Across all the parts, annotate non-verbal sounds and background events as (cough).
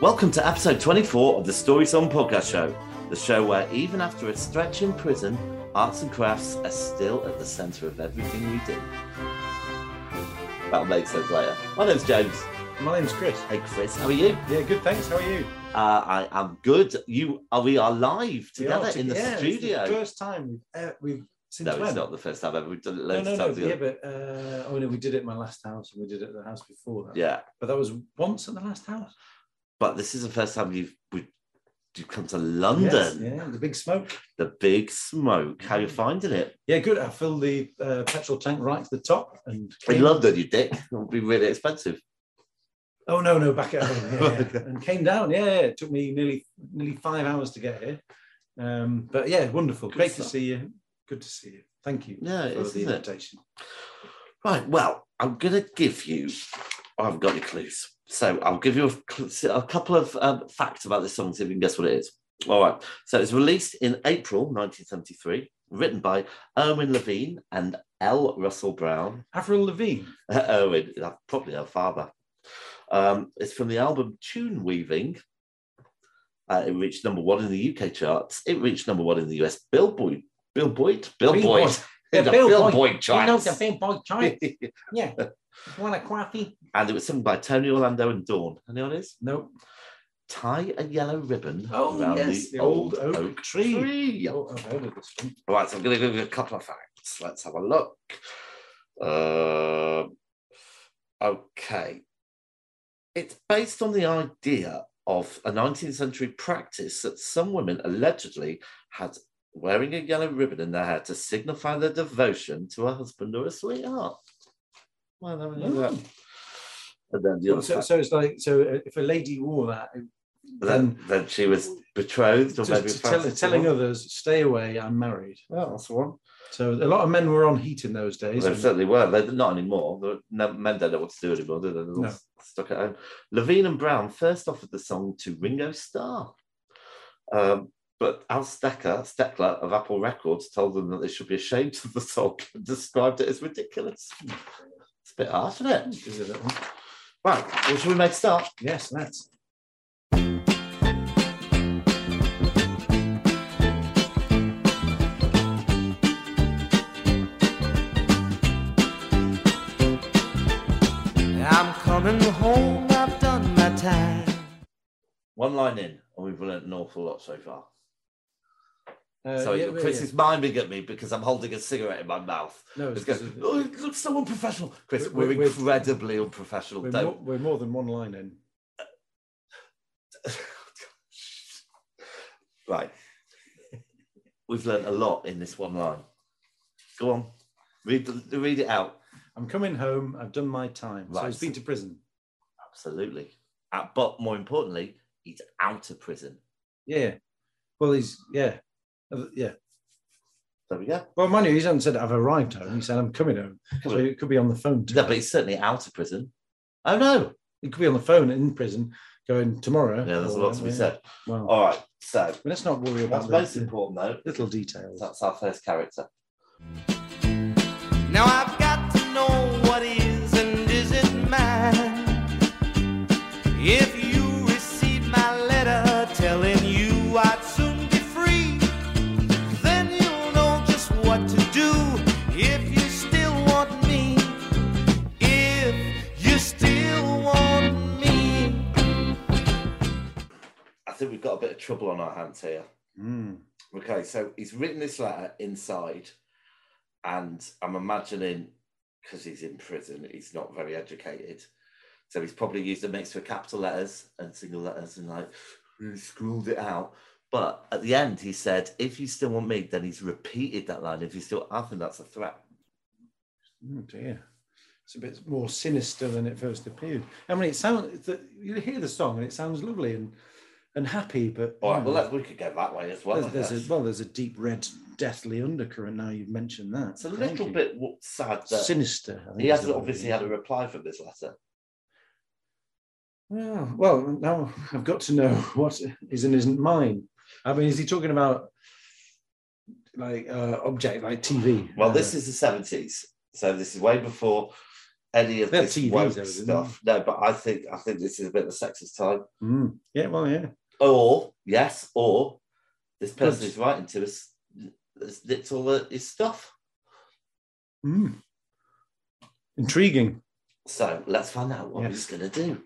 Welcome to episode 24 of the Story Song Podcast Show, the show where even after a stretch in prison, arts and crafts are still at the centre of everything we do. That'll make sense later. My name's James. My name's Chris. Hey Chris, how are you? Yeah, good. Thanks. How are you? Uh, I am good. You are we are live We are together in the together. It's studio. first time uh, we've since no, it's when? not the first time ever. We've done it no, loads no, of no. times. Yeah, together. but uh, oh no, we did it at my last house, and we did it at the house before that. yeah, but that was once at the last house. but this is the first time you've we, you've come to London. Yes, yeah, the big smoke. The big smoke. How you finding it? Yeah, good. I filled the uh, petrol tank right to the top, and In London, Oh, you dick. (laughs) It'll be really expensive. Oh no, no, back (laughs) at home. Yeah, Back yeah. and came down. Yeah, yeah, it took me nearly nearly five hours to get here. Um, but yeah, wonderful. Good Great to stuff. see you. Good to see you. Thank you Yeah, it for is, the isn't it? invitation. Right. Well, I'm going to give you. I haven't got any clues. So I'll give you a, cl- a couple of um, facts about this song, see if you can guess what it is. All right. So it's released in April 1973, written by Erwin Levine and L. Russell Brown. (laughs) Avril Lavigne. Erwin, that's probably her father. Um, it's from the album Tune Weaving. Uh, it reached number one in the UK charts. It reached number one in the US Billboard. Billboard? Billboard. (laughs) Yeah, The Billboard. Billboard charts. yeah. Want a coffee? (laughs) and it was sung by Tony Orlando and Dawn. Anyone else? No. Tie a yellow ribbon Oh, around yes, the, old, oak, tree. Oh, I've heard of this one. All right, so I'm going to give you a couple of facts. Let's have a look. Um, okay. It's based on the idea of a 19th century practice that some women allegedly had wearing a yellow ribbon in their hair to signify their devotion to a husband or a sweetheart. Well, there we go. Oh. And then the other So, fact- so it's like so uh, if a lady wore that, it- then, then she was betrothed or just maybe to tell, fancied telling someone. others, stay away, I'm married. Yeah, that's the one. So a lot of men were on heat in those days. They and- certainly were. They're not anymore. They're- no- men don't know what to do anymore. do They? They're all No. stuck at home. Levine and Brown first offered the song to Ringo Starr, um, but Al Stecker, Steckler of Apple Records told them that they should be ashamed of the song (laughs) and described it as ridiculous. It's a bit harsh, isn't it? Is it that one? Right. Well, should we make a start? Yes, that's I'm coming home, I've done my time. One line in, and we've learned an awful lot so far. uh, so yeah, yeah, Chris yeah. is miming at me because I'm holding a cigarette in my mouth. no, It's it's goes, it's- oh, it looks so unprofessional. Chris, We're- we're, we're- incredibly unprofessional. we're, Don't. more, we're more than one line in. Right. (laughs) We've learnt a lot in this one line. Go on. Read, the, read it out. I'm coming home. I've done my time. So Right. he's been to prison. Absolutely. Uh, but more importantly, he's out of prison. Yeah. Well, he's yeah, Uh, yeah. There we go. Well, mind you, he hasn't said I've arrived home. He said I'm coming home. So on. it could be on the phone. No, but he's certainly out of prison. Oh, no. It could be on the phone in prison, going tomorrow. Yeah, there's a or- lot to be yeah. said. Well, All right. So, but let's not worry that's about most the important, though. little details. That's our first character. Now I've got to know what is and isn't mine. If you receive my letter telling you I'd soon be free, then you'll know just what to do if you still want me. If you still want me. I think we've got a bit of trouble on our hands here. Mm. Okay, so he's written this letter inside, and I'm imagining because he's in prison, he's not very educated. So he's probably used a mixture of capital letters and single letters and like really scrawled it out. But at the end, he said, If you still want me, then he's repeated that line. If you still, I think that's a threat. Oh dear. It's a bit more sinister than it first appeared. I mean, it sounds. You hear the song and it sounds lovely and and happy, but All right, mm, well, let- we could go that way as well. I there's, there's guess. a, well, there's a deep red, deathly undercurrent. Now you've mentioned that. it's a Crikey. little bit w- sad that sinister. I think he is hasn't the word. obviously had a reply from this letter. Well, Ah, well, now I've got to know (laughs) what is and isn't mine. I mean, is he talking about like uh, object, like TV? Well, this is the 70s. So this is way before any of They had this TVs woke though, didn't they? stuff. No, but I think I think this is a bit of a sexist time. Mm. Yeah, well, yeah. Or yes, or this person Good. who's writing to us has nicked all the- his stuff. Mm. Intriguing. So let's find out what Yes. he's going to do.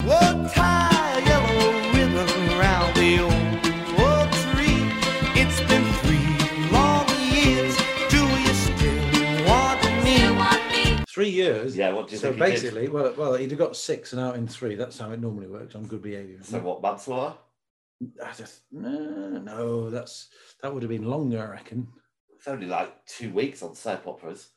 Oh, tie a yellow ribbon round the old oak tree. It's been three long years. Do you still want me? Three years. Yeah, what do you So think? he did? basically, well, well, he'd have got six and out in three. That's how it normally works on good behaviour. so what manslaughter? I just, no, no, that's that would have been longer, I reckon. It's only like two weeks on soap operas.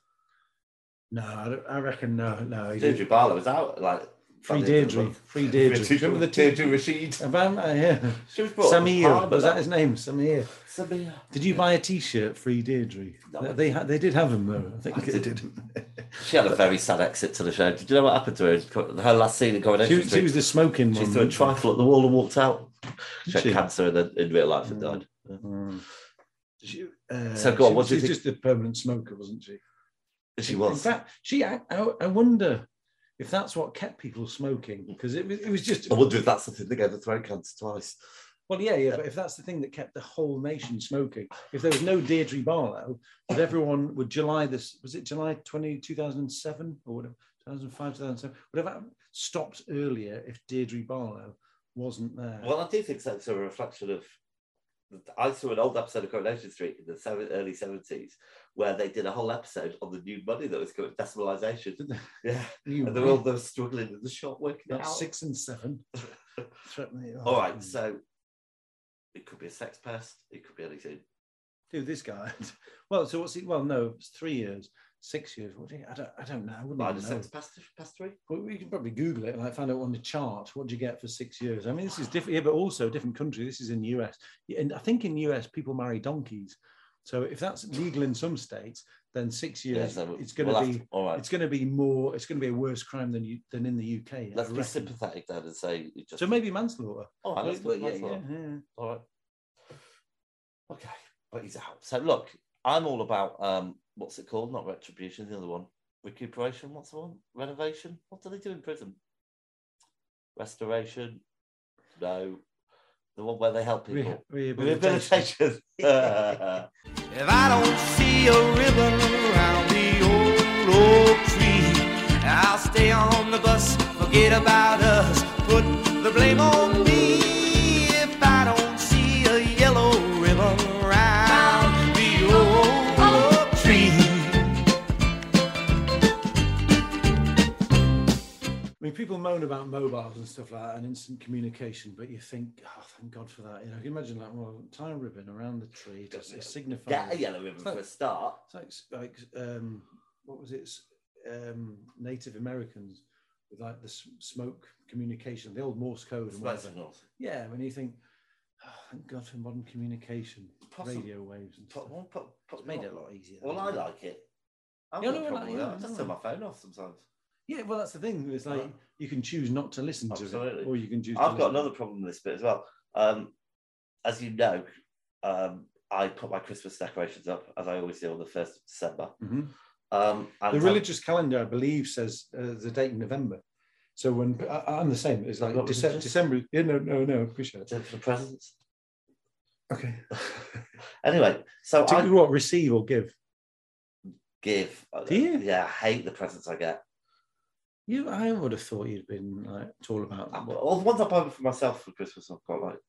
No, I, don't- I reckon no, no. He Deirdre Barlow was out like Free by the end of the Deirdre, month. free Deirdre. Do you remember (laughs) the Deirdre Rashid. Have I- uh, yeah. She was brought up as Samir, part of was that his name? Samir. Samir. Did you buy a T-shirt, Free Deirdre? No. They- They had, they did have them though. I think I they did. did. She had a very sad exit to the show. Did you know what happened to her? Her last scene in (laughs) she, Coronation was- she Street. was the smoking She one. threw a trifle at the wall and walked out. She Did had she? cancer and then in real life and Mm. died. Mm. She, uh, So go on, she- what do you she's just a permanent smoker, wasn't she? She In- was. In fact, she. I, I I wonder if that's what kept people smoking because it was it was just. I wonder if that's the thing that gave her throat cancer twice. Well, yeah, yeah. But if that's the thing that kept the whole nation smoking, if there was no Deirdre Barlow, would everyone would July this? Was it July 20, 2007 or whatever? 2005, 2007, would have stopped earlier if Deirdre Barlow wasn't there. Well, I do think that's a reflection of. I saw an old episode of Coronation Street in the seven, early 70s where they did a whole episode on the new money that was coming, decimalisation. Did they? (laughs) Yeah. You And they were all those struggling in the shop working it about out. six (laughs) and seven. Threatening- All right. mm. (laughs) So it could be a sex pest, it could be anything. Who this guy? (laughs) well, so what's he? Well, no, it's three years, six years. What do you, I don't, I don't know. I wouldn't Minor even know. sex pest- pestery? We, we can probably Google it and like find out on the chart what do you get for six years. I mean, this is different, yeah, but also a different country. This is in US, Yeah, and I think in US people marry donkeys. So if that's legal in some states, then six years so it's going to we'll have be all right. it's going to be more it's going to be a worse crime than you than in the UK. I Let's be reckon. sympathetic then and say you just. Oh, So maybe manslaughter. All right, let's do Well, it, yeah, that's all right. yeah, yeah. All right. Okay, but he's out. So look, I'm all about um, what's it called? Not retribution, the other one. Recuperation, what's the one? Renovation? What do they do in prison? Restoration? No. The one where they help Re- people. rehabilitation. Rehabilitation. That's If I don't see a ribbon around the old oak tree, I'll stay on the bus, forget about us, put the blame on me. If I don't see a yellow ribbon around the old oak tree. I mean, people moan about mobiles and stuff like that and instant communication, but you think, oh, thank God for that. You know, you imagine like, well, tie a ribbon around the tree to Yeah. (laughs) signify. Get a yellow ribbon for a start. It's like, like um, what was it? S- Um, Native Americans with like the s- smoke communication, the old Morse code and Smoke whatever. signals. Yeah, when you think, oh, thank God for modern communication, Possible- radio waves. And Put, stuff. put, put, It's made it a lot easier. Well, I like it. I've Yeah, got no, I trouble like- with yeah, that. I I just know. turn my phone off sometimes. Yeah, well, that's the thing. It's like Right. you can choose not to listen to Uh-huh. Absolutely. it, or you can choose. to I've got listen. another problem with this bit as well. Um, as you know, um, I put my Christmas decorations up as I always do on the first of December. Mhm. Um, and The I've- religious calendar, I believe, says uh, the date in November. So when I, I'm the same, it's like Not Dece- religious? December. Yeah, no, no, no, appreciate it. to- for presents. (laughs) Okay. anyway, so To I what receive or give? give. uh, Do you? Yeah, I hate the presents I get. You, I would have thought you'd been like it's all about. I- That. All the ones I buy for myself for Christmas, I've got like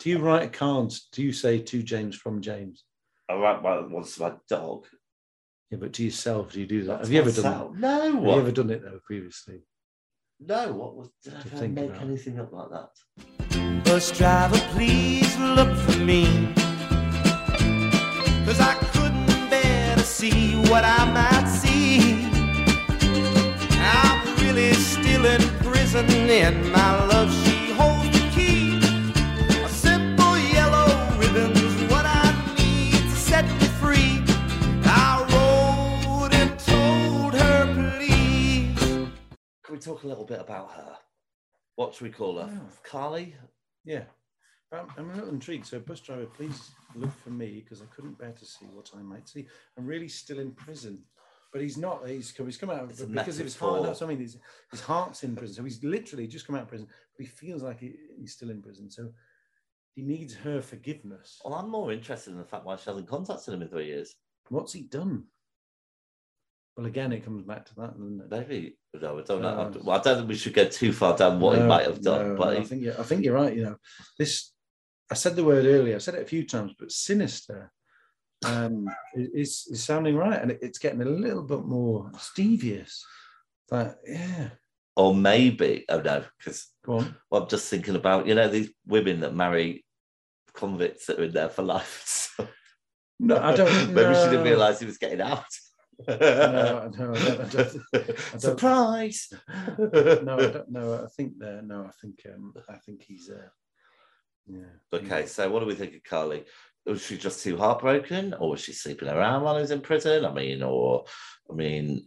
Do you write cards? Do you say to James from James? I write my ones to my dog. Yeah, but to yourself, do you do that? That's Have you ever done that? myself. No. Have you ever done it though previously? No. What was? Did I To ever think make about. anything up like that? Bus driver, please look for me. Cause I couldn't bear to see what I might see. I'm really still in prison, and my love, she holds the key. A simple yellow ribbon's what I need to set me free. I wrote and told her, please. Can we talk a little bit about her? What should we call her? Yeah. Carly? Yeah. I'm, I'm a little intrigued. So, bus driver, please look for me because I couldn't bear to see what I might see. I'm really still in prison. but he's not. He's come. He's come out It's a because of his heart. metaphor. That's what I mean. His, his heart's in prison, so he's literally just come out of prison. But he feels like he, he's still in prison, so he needs her forgiveness. Well, I'm more interested in the fact why she hasn't contacted him in three years. What's he done? Well, again, it comes back to that, doesn't it? Maybe no, I don't know. No. I- well, I don't think we should go too far down what he No, might have done, no, but I he- think you're, I think you're right. You know, this. I said the word earlier. I said it a few times, but sinister um, i- is is sounding right, and it- it's getting a little bit more stevious. That yeah, or maybe oh no, because go on. well, I'm just thinking about you know these women that marry convicts that are in there for life. (laughs) So No, I (laughs) don't. maybe she no. didn't realise he was getting out. (laughs) No, no, I don't, I don't, (laughs) don't- (laughs) Surprise! no, I don't, no, I think there. No, I think um, I think he's uh, yeah. Mm. Okay, so what do we think of Carly? Was she just too heartbroken, or was she sleeping around while he was in prison? I mean, or I mean,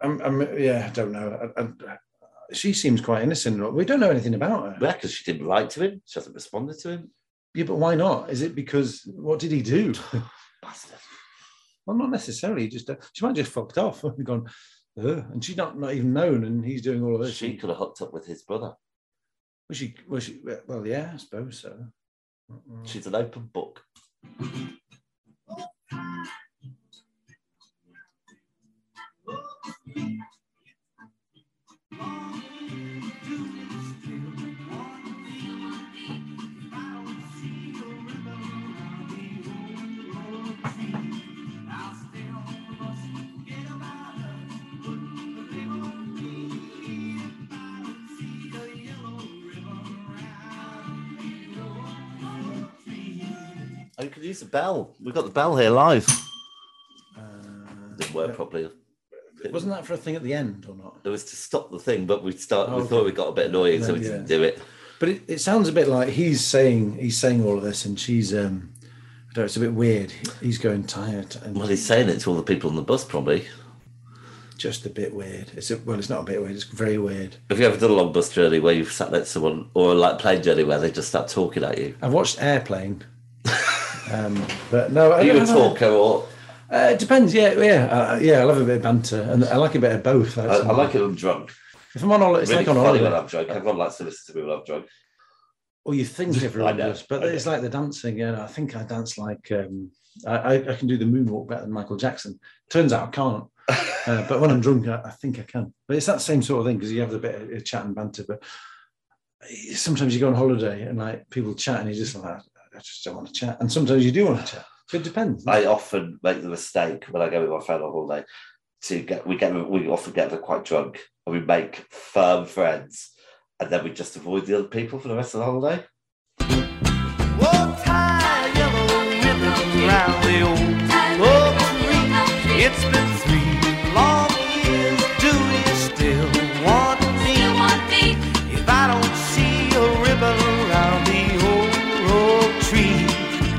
I'm, I'm, yeah, I don't know. I, I, she seems quite innocent. We don't know anything about her. yeah, because she didn't write to him, she hasn't responded to him. Yeah, but why not? Is it because what did (laughs) he do? Bastard. Well, not necessarily. Just uh, she might have just fucked off and gone, Ugh, and she's not not even known, and he's doing all of this. She could have hooked up with his brother. was she, was she, well, yeah, I suppose so. Mm-mm. She's an open book. Oh, you could use the bell. We've got the bell here live. Didn't Uh, work properly. wasn't that for a thing at the end or not? It was to stop the thing, but we started. Oh, we thought we got a bit annoying, so we Yeah. didn't do it. But it, it sounds a bit like he's saying he's saying all of this, and she's um, I don't know, it's a bit weird. He's going tired Well, and he's saying it to all the people on the bus, probably. just a bit weird. It's a, well, it's not a bit weird. It's very weird. Have you ever done a long bus journey where you've sat next to someone, or like plane journey where they just start talking at you? I've watched Airplane, um, but no, I Are you don't a know. talker, or Uh, it depends. Yeah, yeah, uh, yeah. I love a bit of banter, and I like a bit of both. I, actually. I like it when I'm drunk. If I'm on holiday, it's really like on funny when holiday. I'm drunk. Everyone likes to listen to me when I'm drunk. Or (laughs) you think everyone know, does, but I it's like the dancing. You know, I think I dance like um, I, I- I can do the moonwalk better than Michael Jackson. Turns out I can't. (laughs) Uh, but when I'm drunk, I, I think I can. But it's that same sort of thing because you have a bit of chat and banter. But sometimes you go on holiday and like people chat, and you're just like, I just don't want to chat. And sometimes you do want to chat. So it depends. I often make the mistake when I go with my friend on holiday to get we get we often get them quite drunk and we make firm friends and then we just avoid the other people for the rest of the holiday. Oh, tie a yellow ribbon round the old Oh. oak tree. It's been three long years. Do you still want me? If I don't see a ribbon around the old oak tree,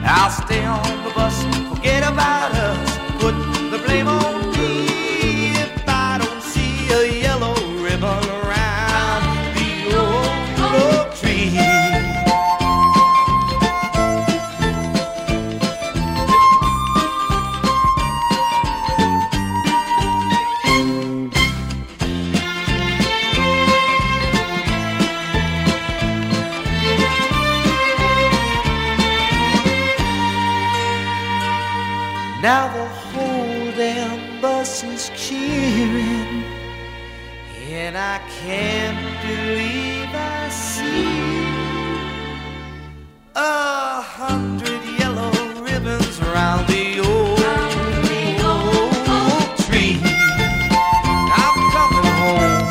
I'll stay on the bus. Forget about us. Put the blame on me. If I don't see a yellow ribbon around the old oak tree. Now the whole damn bus is cheering, and I can't believe I see a hundred yellow ribbons around the old, old tree. I'm coming home.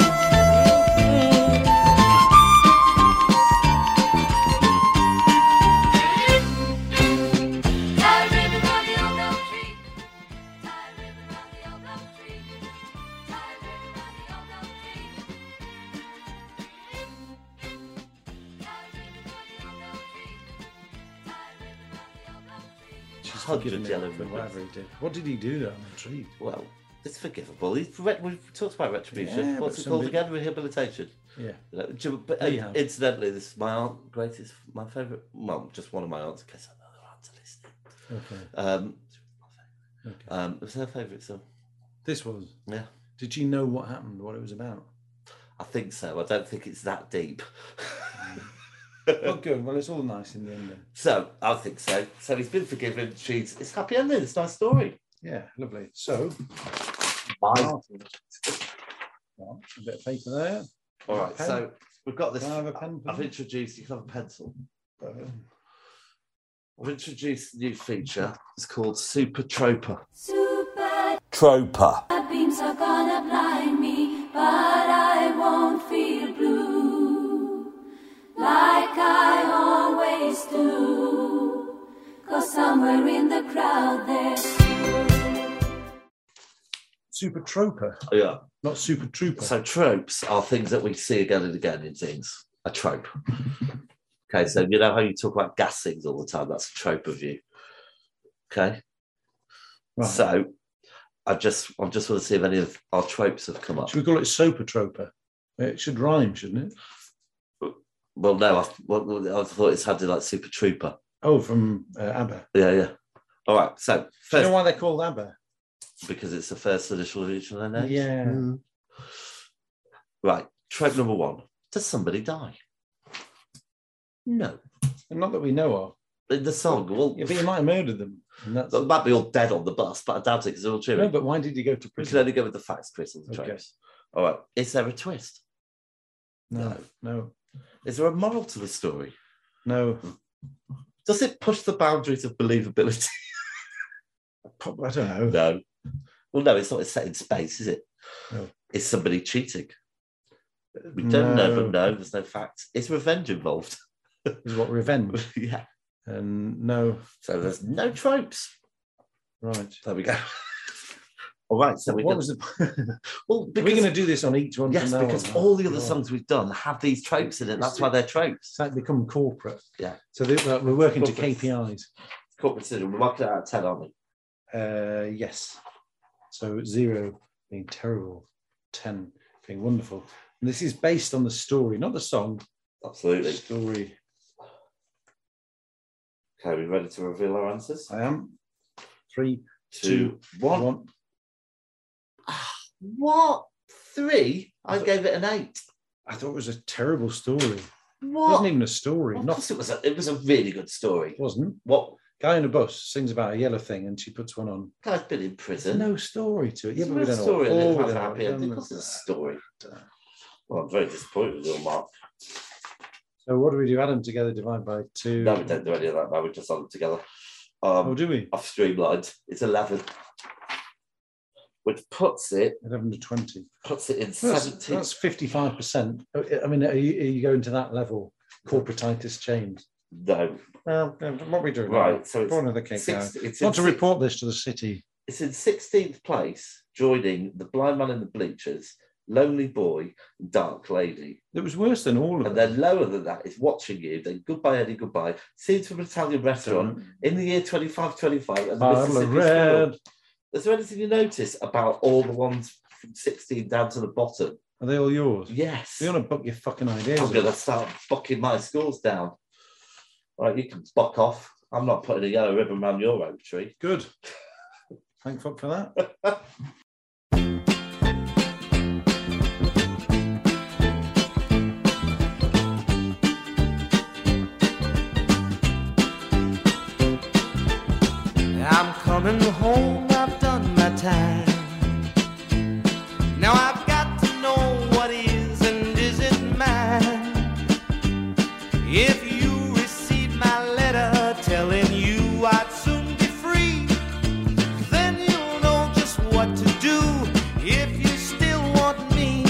She's Hundred forgiven yellow him for ribbons. whatever he did. What did he do that I'm intrigued? Well, it's forgivable. He's re- we've talked about retribution. Yeah, What's but it called somebody- again? Rehabilitation. Yeah. You know, ju- but, uh, Rehab. incidentally, this is my aunt greatest, my favourite. Well, just one of my aunts. I guess another aunt to listen. Okay. Um, Okay. Um, it was her favourite song. This was. Yeah. Did she know what happened? What it was about? I think so. I don't think it's that deep. (laughs) well, good. Well, it's all nice in the end. Then. so I think so. So he's been forgiven. She's it's happy ending. It's a nice story. Yeah, lovely. So, Bye. well, a bit of paper there. All right. Pen? So we've got this. Can I have a pen, I've please? introduced. You can have a pencil. I've introduced a new feature. It's called Super Troper. Super Troper. beams are gonna blind me, but I won't feel blue like I always do. Cause somewhere in the crowd there's Super Trooper, Oh, Yeah. not Super Trooper. So tropes are things that we see again and again in things. A (laughs) trope. Okay, so you know how you talk about gassings all the time? That's a trope of you. Okay. Right. So I just I just want to see if any of our tropes have come up. Should we call it Soper Trooper? It should rhyme, shouldn't it? Well, no, I, well, I thought it sounded like Super Trooper. Oh, from uh, ABBA. Yeah, yeah. All right. So Do you first, know why they're called ABBA? because it's the first initial region I know. Yeah. Hmm. Right. Trope number one. Does somebody die? No. Not that we know of. In the song, well, Yeah, but you might have murdered them. And that's They might be all dead on the bus, but I doubt it because they're all cheering. no, but why did you go to we can prison? only go with the facts, Chris, and the Okay. tropes. All right. Is there a twist? No, no, Is there a moral to the story? no. Does it push the boundaries of believability? (laughs) Prob- I don't know. no. Well, no, it's not. It's set in space, is it? No. Is somebody cheating? We don't know, but no, there's no facts. Is revenge involved? (laughs) Is what revenge. yeah. And no, So there's no tropes. right. There we go. all right. So we're going What was (laughs) to. the? Well, We're because- going to do this on each one. Yes, from now because on. all the other God. songs we've done have these tropes in it. That's why they're tropes. It's like become corporate. Yeah. So they, well, we're working to Corporate. KPIs. Corporate decision. We're working out of 10, aren't we? Uh, yes. So zero being terrible, ten being wonderful. And this is based on the story, not the song. The Absolutely. story. Okay, we ready to reveal our answers? I am three, Two, Uh, one. one. What? Three? I gave it an eight. I thought it was a terrible story. It What? wasn't even a story. Of Not course it was a, it was a really good story. it wasn't. What? Guy on a bus sings about a yellow thing and she puts one on. Guy's been in There's prison. no story to it. Yeah, There's but we no don't story know. and all- it all we has a don't know. happy ending. Of course it's a story. Well, I'm very disappointed with your mark. So what do we do? Add them together, divide by two. No, we don't do any of that now. We just add them together. Oh, Um, do we? I've streamlined. It's 11. Which puts it Eleven to twenty. puts it in That's, 17. that's 55%. Oh, I mean, are you, are you going to that level? Corporatitis change. No. Well, no, what we do Right. So Go on it's, another cake six, it's in Not to six- report this to the city. It's in 16th place, joining The Blind Man in the Bleachers, Lonely Boy, and Dark Lady. It was worse than all of And them. then lower than that is Watching You, then Goodbye Eddie Goodbye, Scenes from an Italian Restaurant, in the year 2525 and the Bottle Mississippi of Squirrel. Hmm. red. Is there anything you notice about all the ones from 16 down to the bottom? Are they all yours? Yes. You're going to book your fucking ideas. I'm going to start bucking my scores down. All right, you can buck off. I'm not putting a yellow ribbon around your oak tree. Good. Thank fuck for that. I'm coming home, I've done my time. Now I've got to know what is and isn't mine. If you receive my letter telling you I'd soon be free, then you'll know just what to do if you still want me.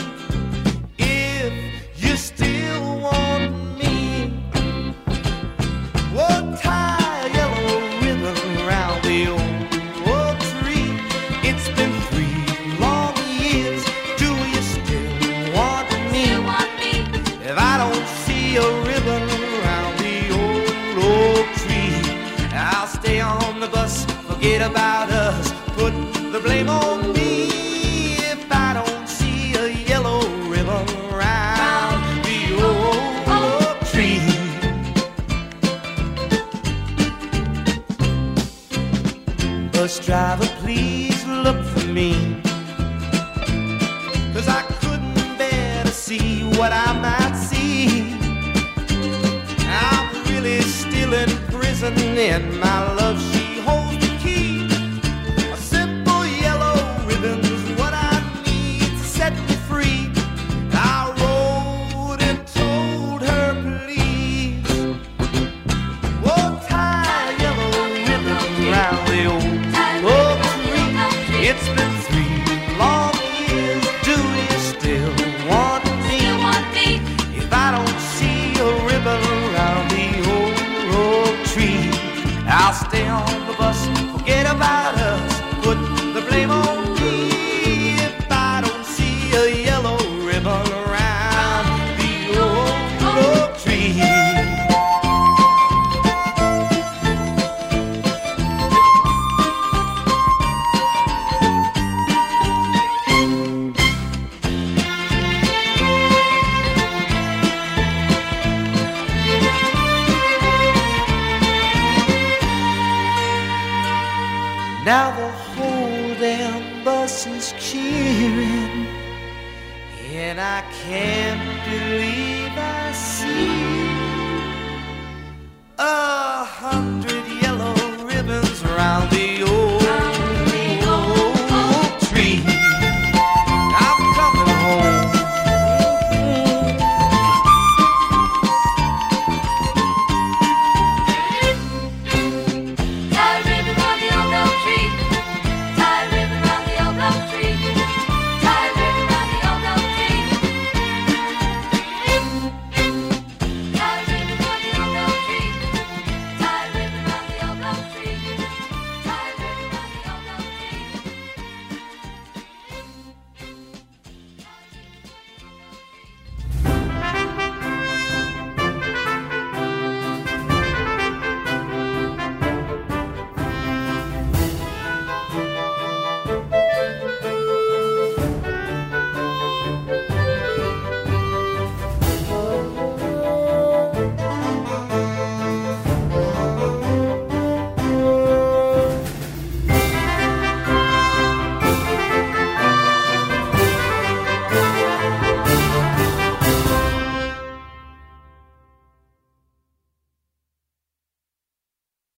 If you still want me. Oh, tie a yellow ribbon round the old oak tree. It's been three long years. Do you still want me? you want me, If I don't see a ribbon around the old oak tree, I'll stay on the bus, forget about us, put the blame on me. If I don't see a yellow ribbon around the old oak tree. Bus driver, please what I might see. I'm really still in prison, and my love, she holds the key. A simple yellow ribbon's what I need to set me free. I wrote and told her, please. Oh, tie a yellow ribbon round the old oak tree. It's been three long years. Do you still want me? If I don't see a ribbon around the old oak tree, I'll stay on the bus, forget about us, put the blame on me. If I don't see a yellow ribbon around the old oak tree. Now the whole damn bus is cheering, and I can't believe I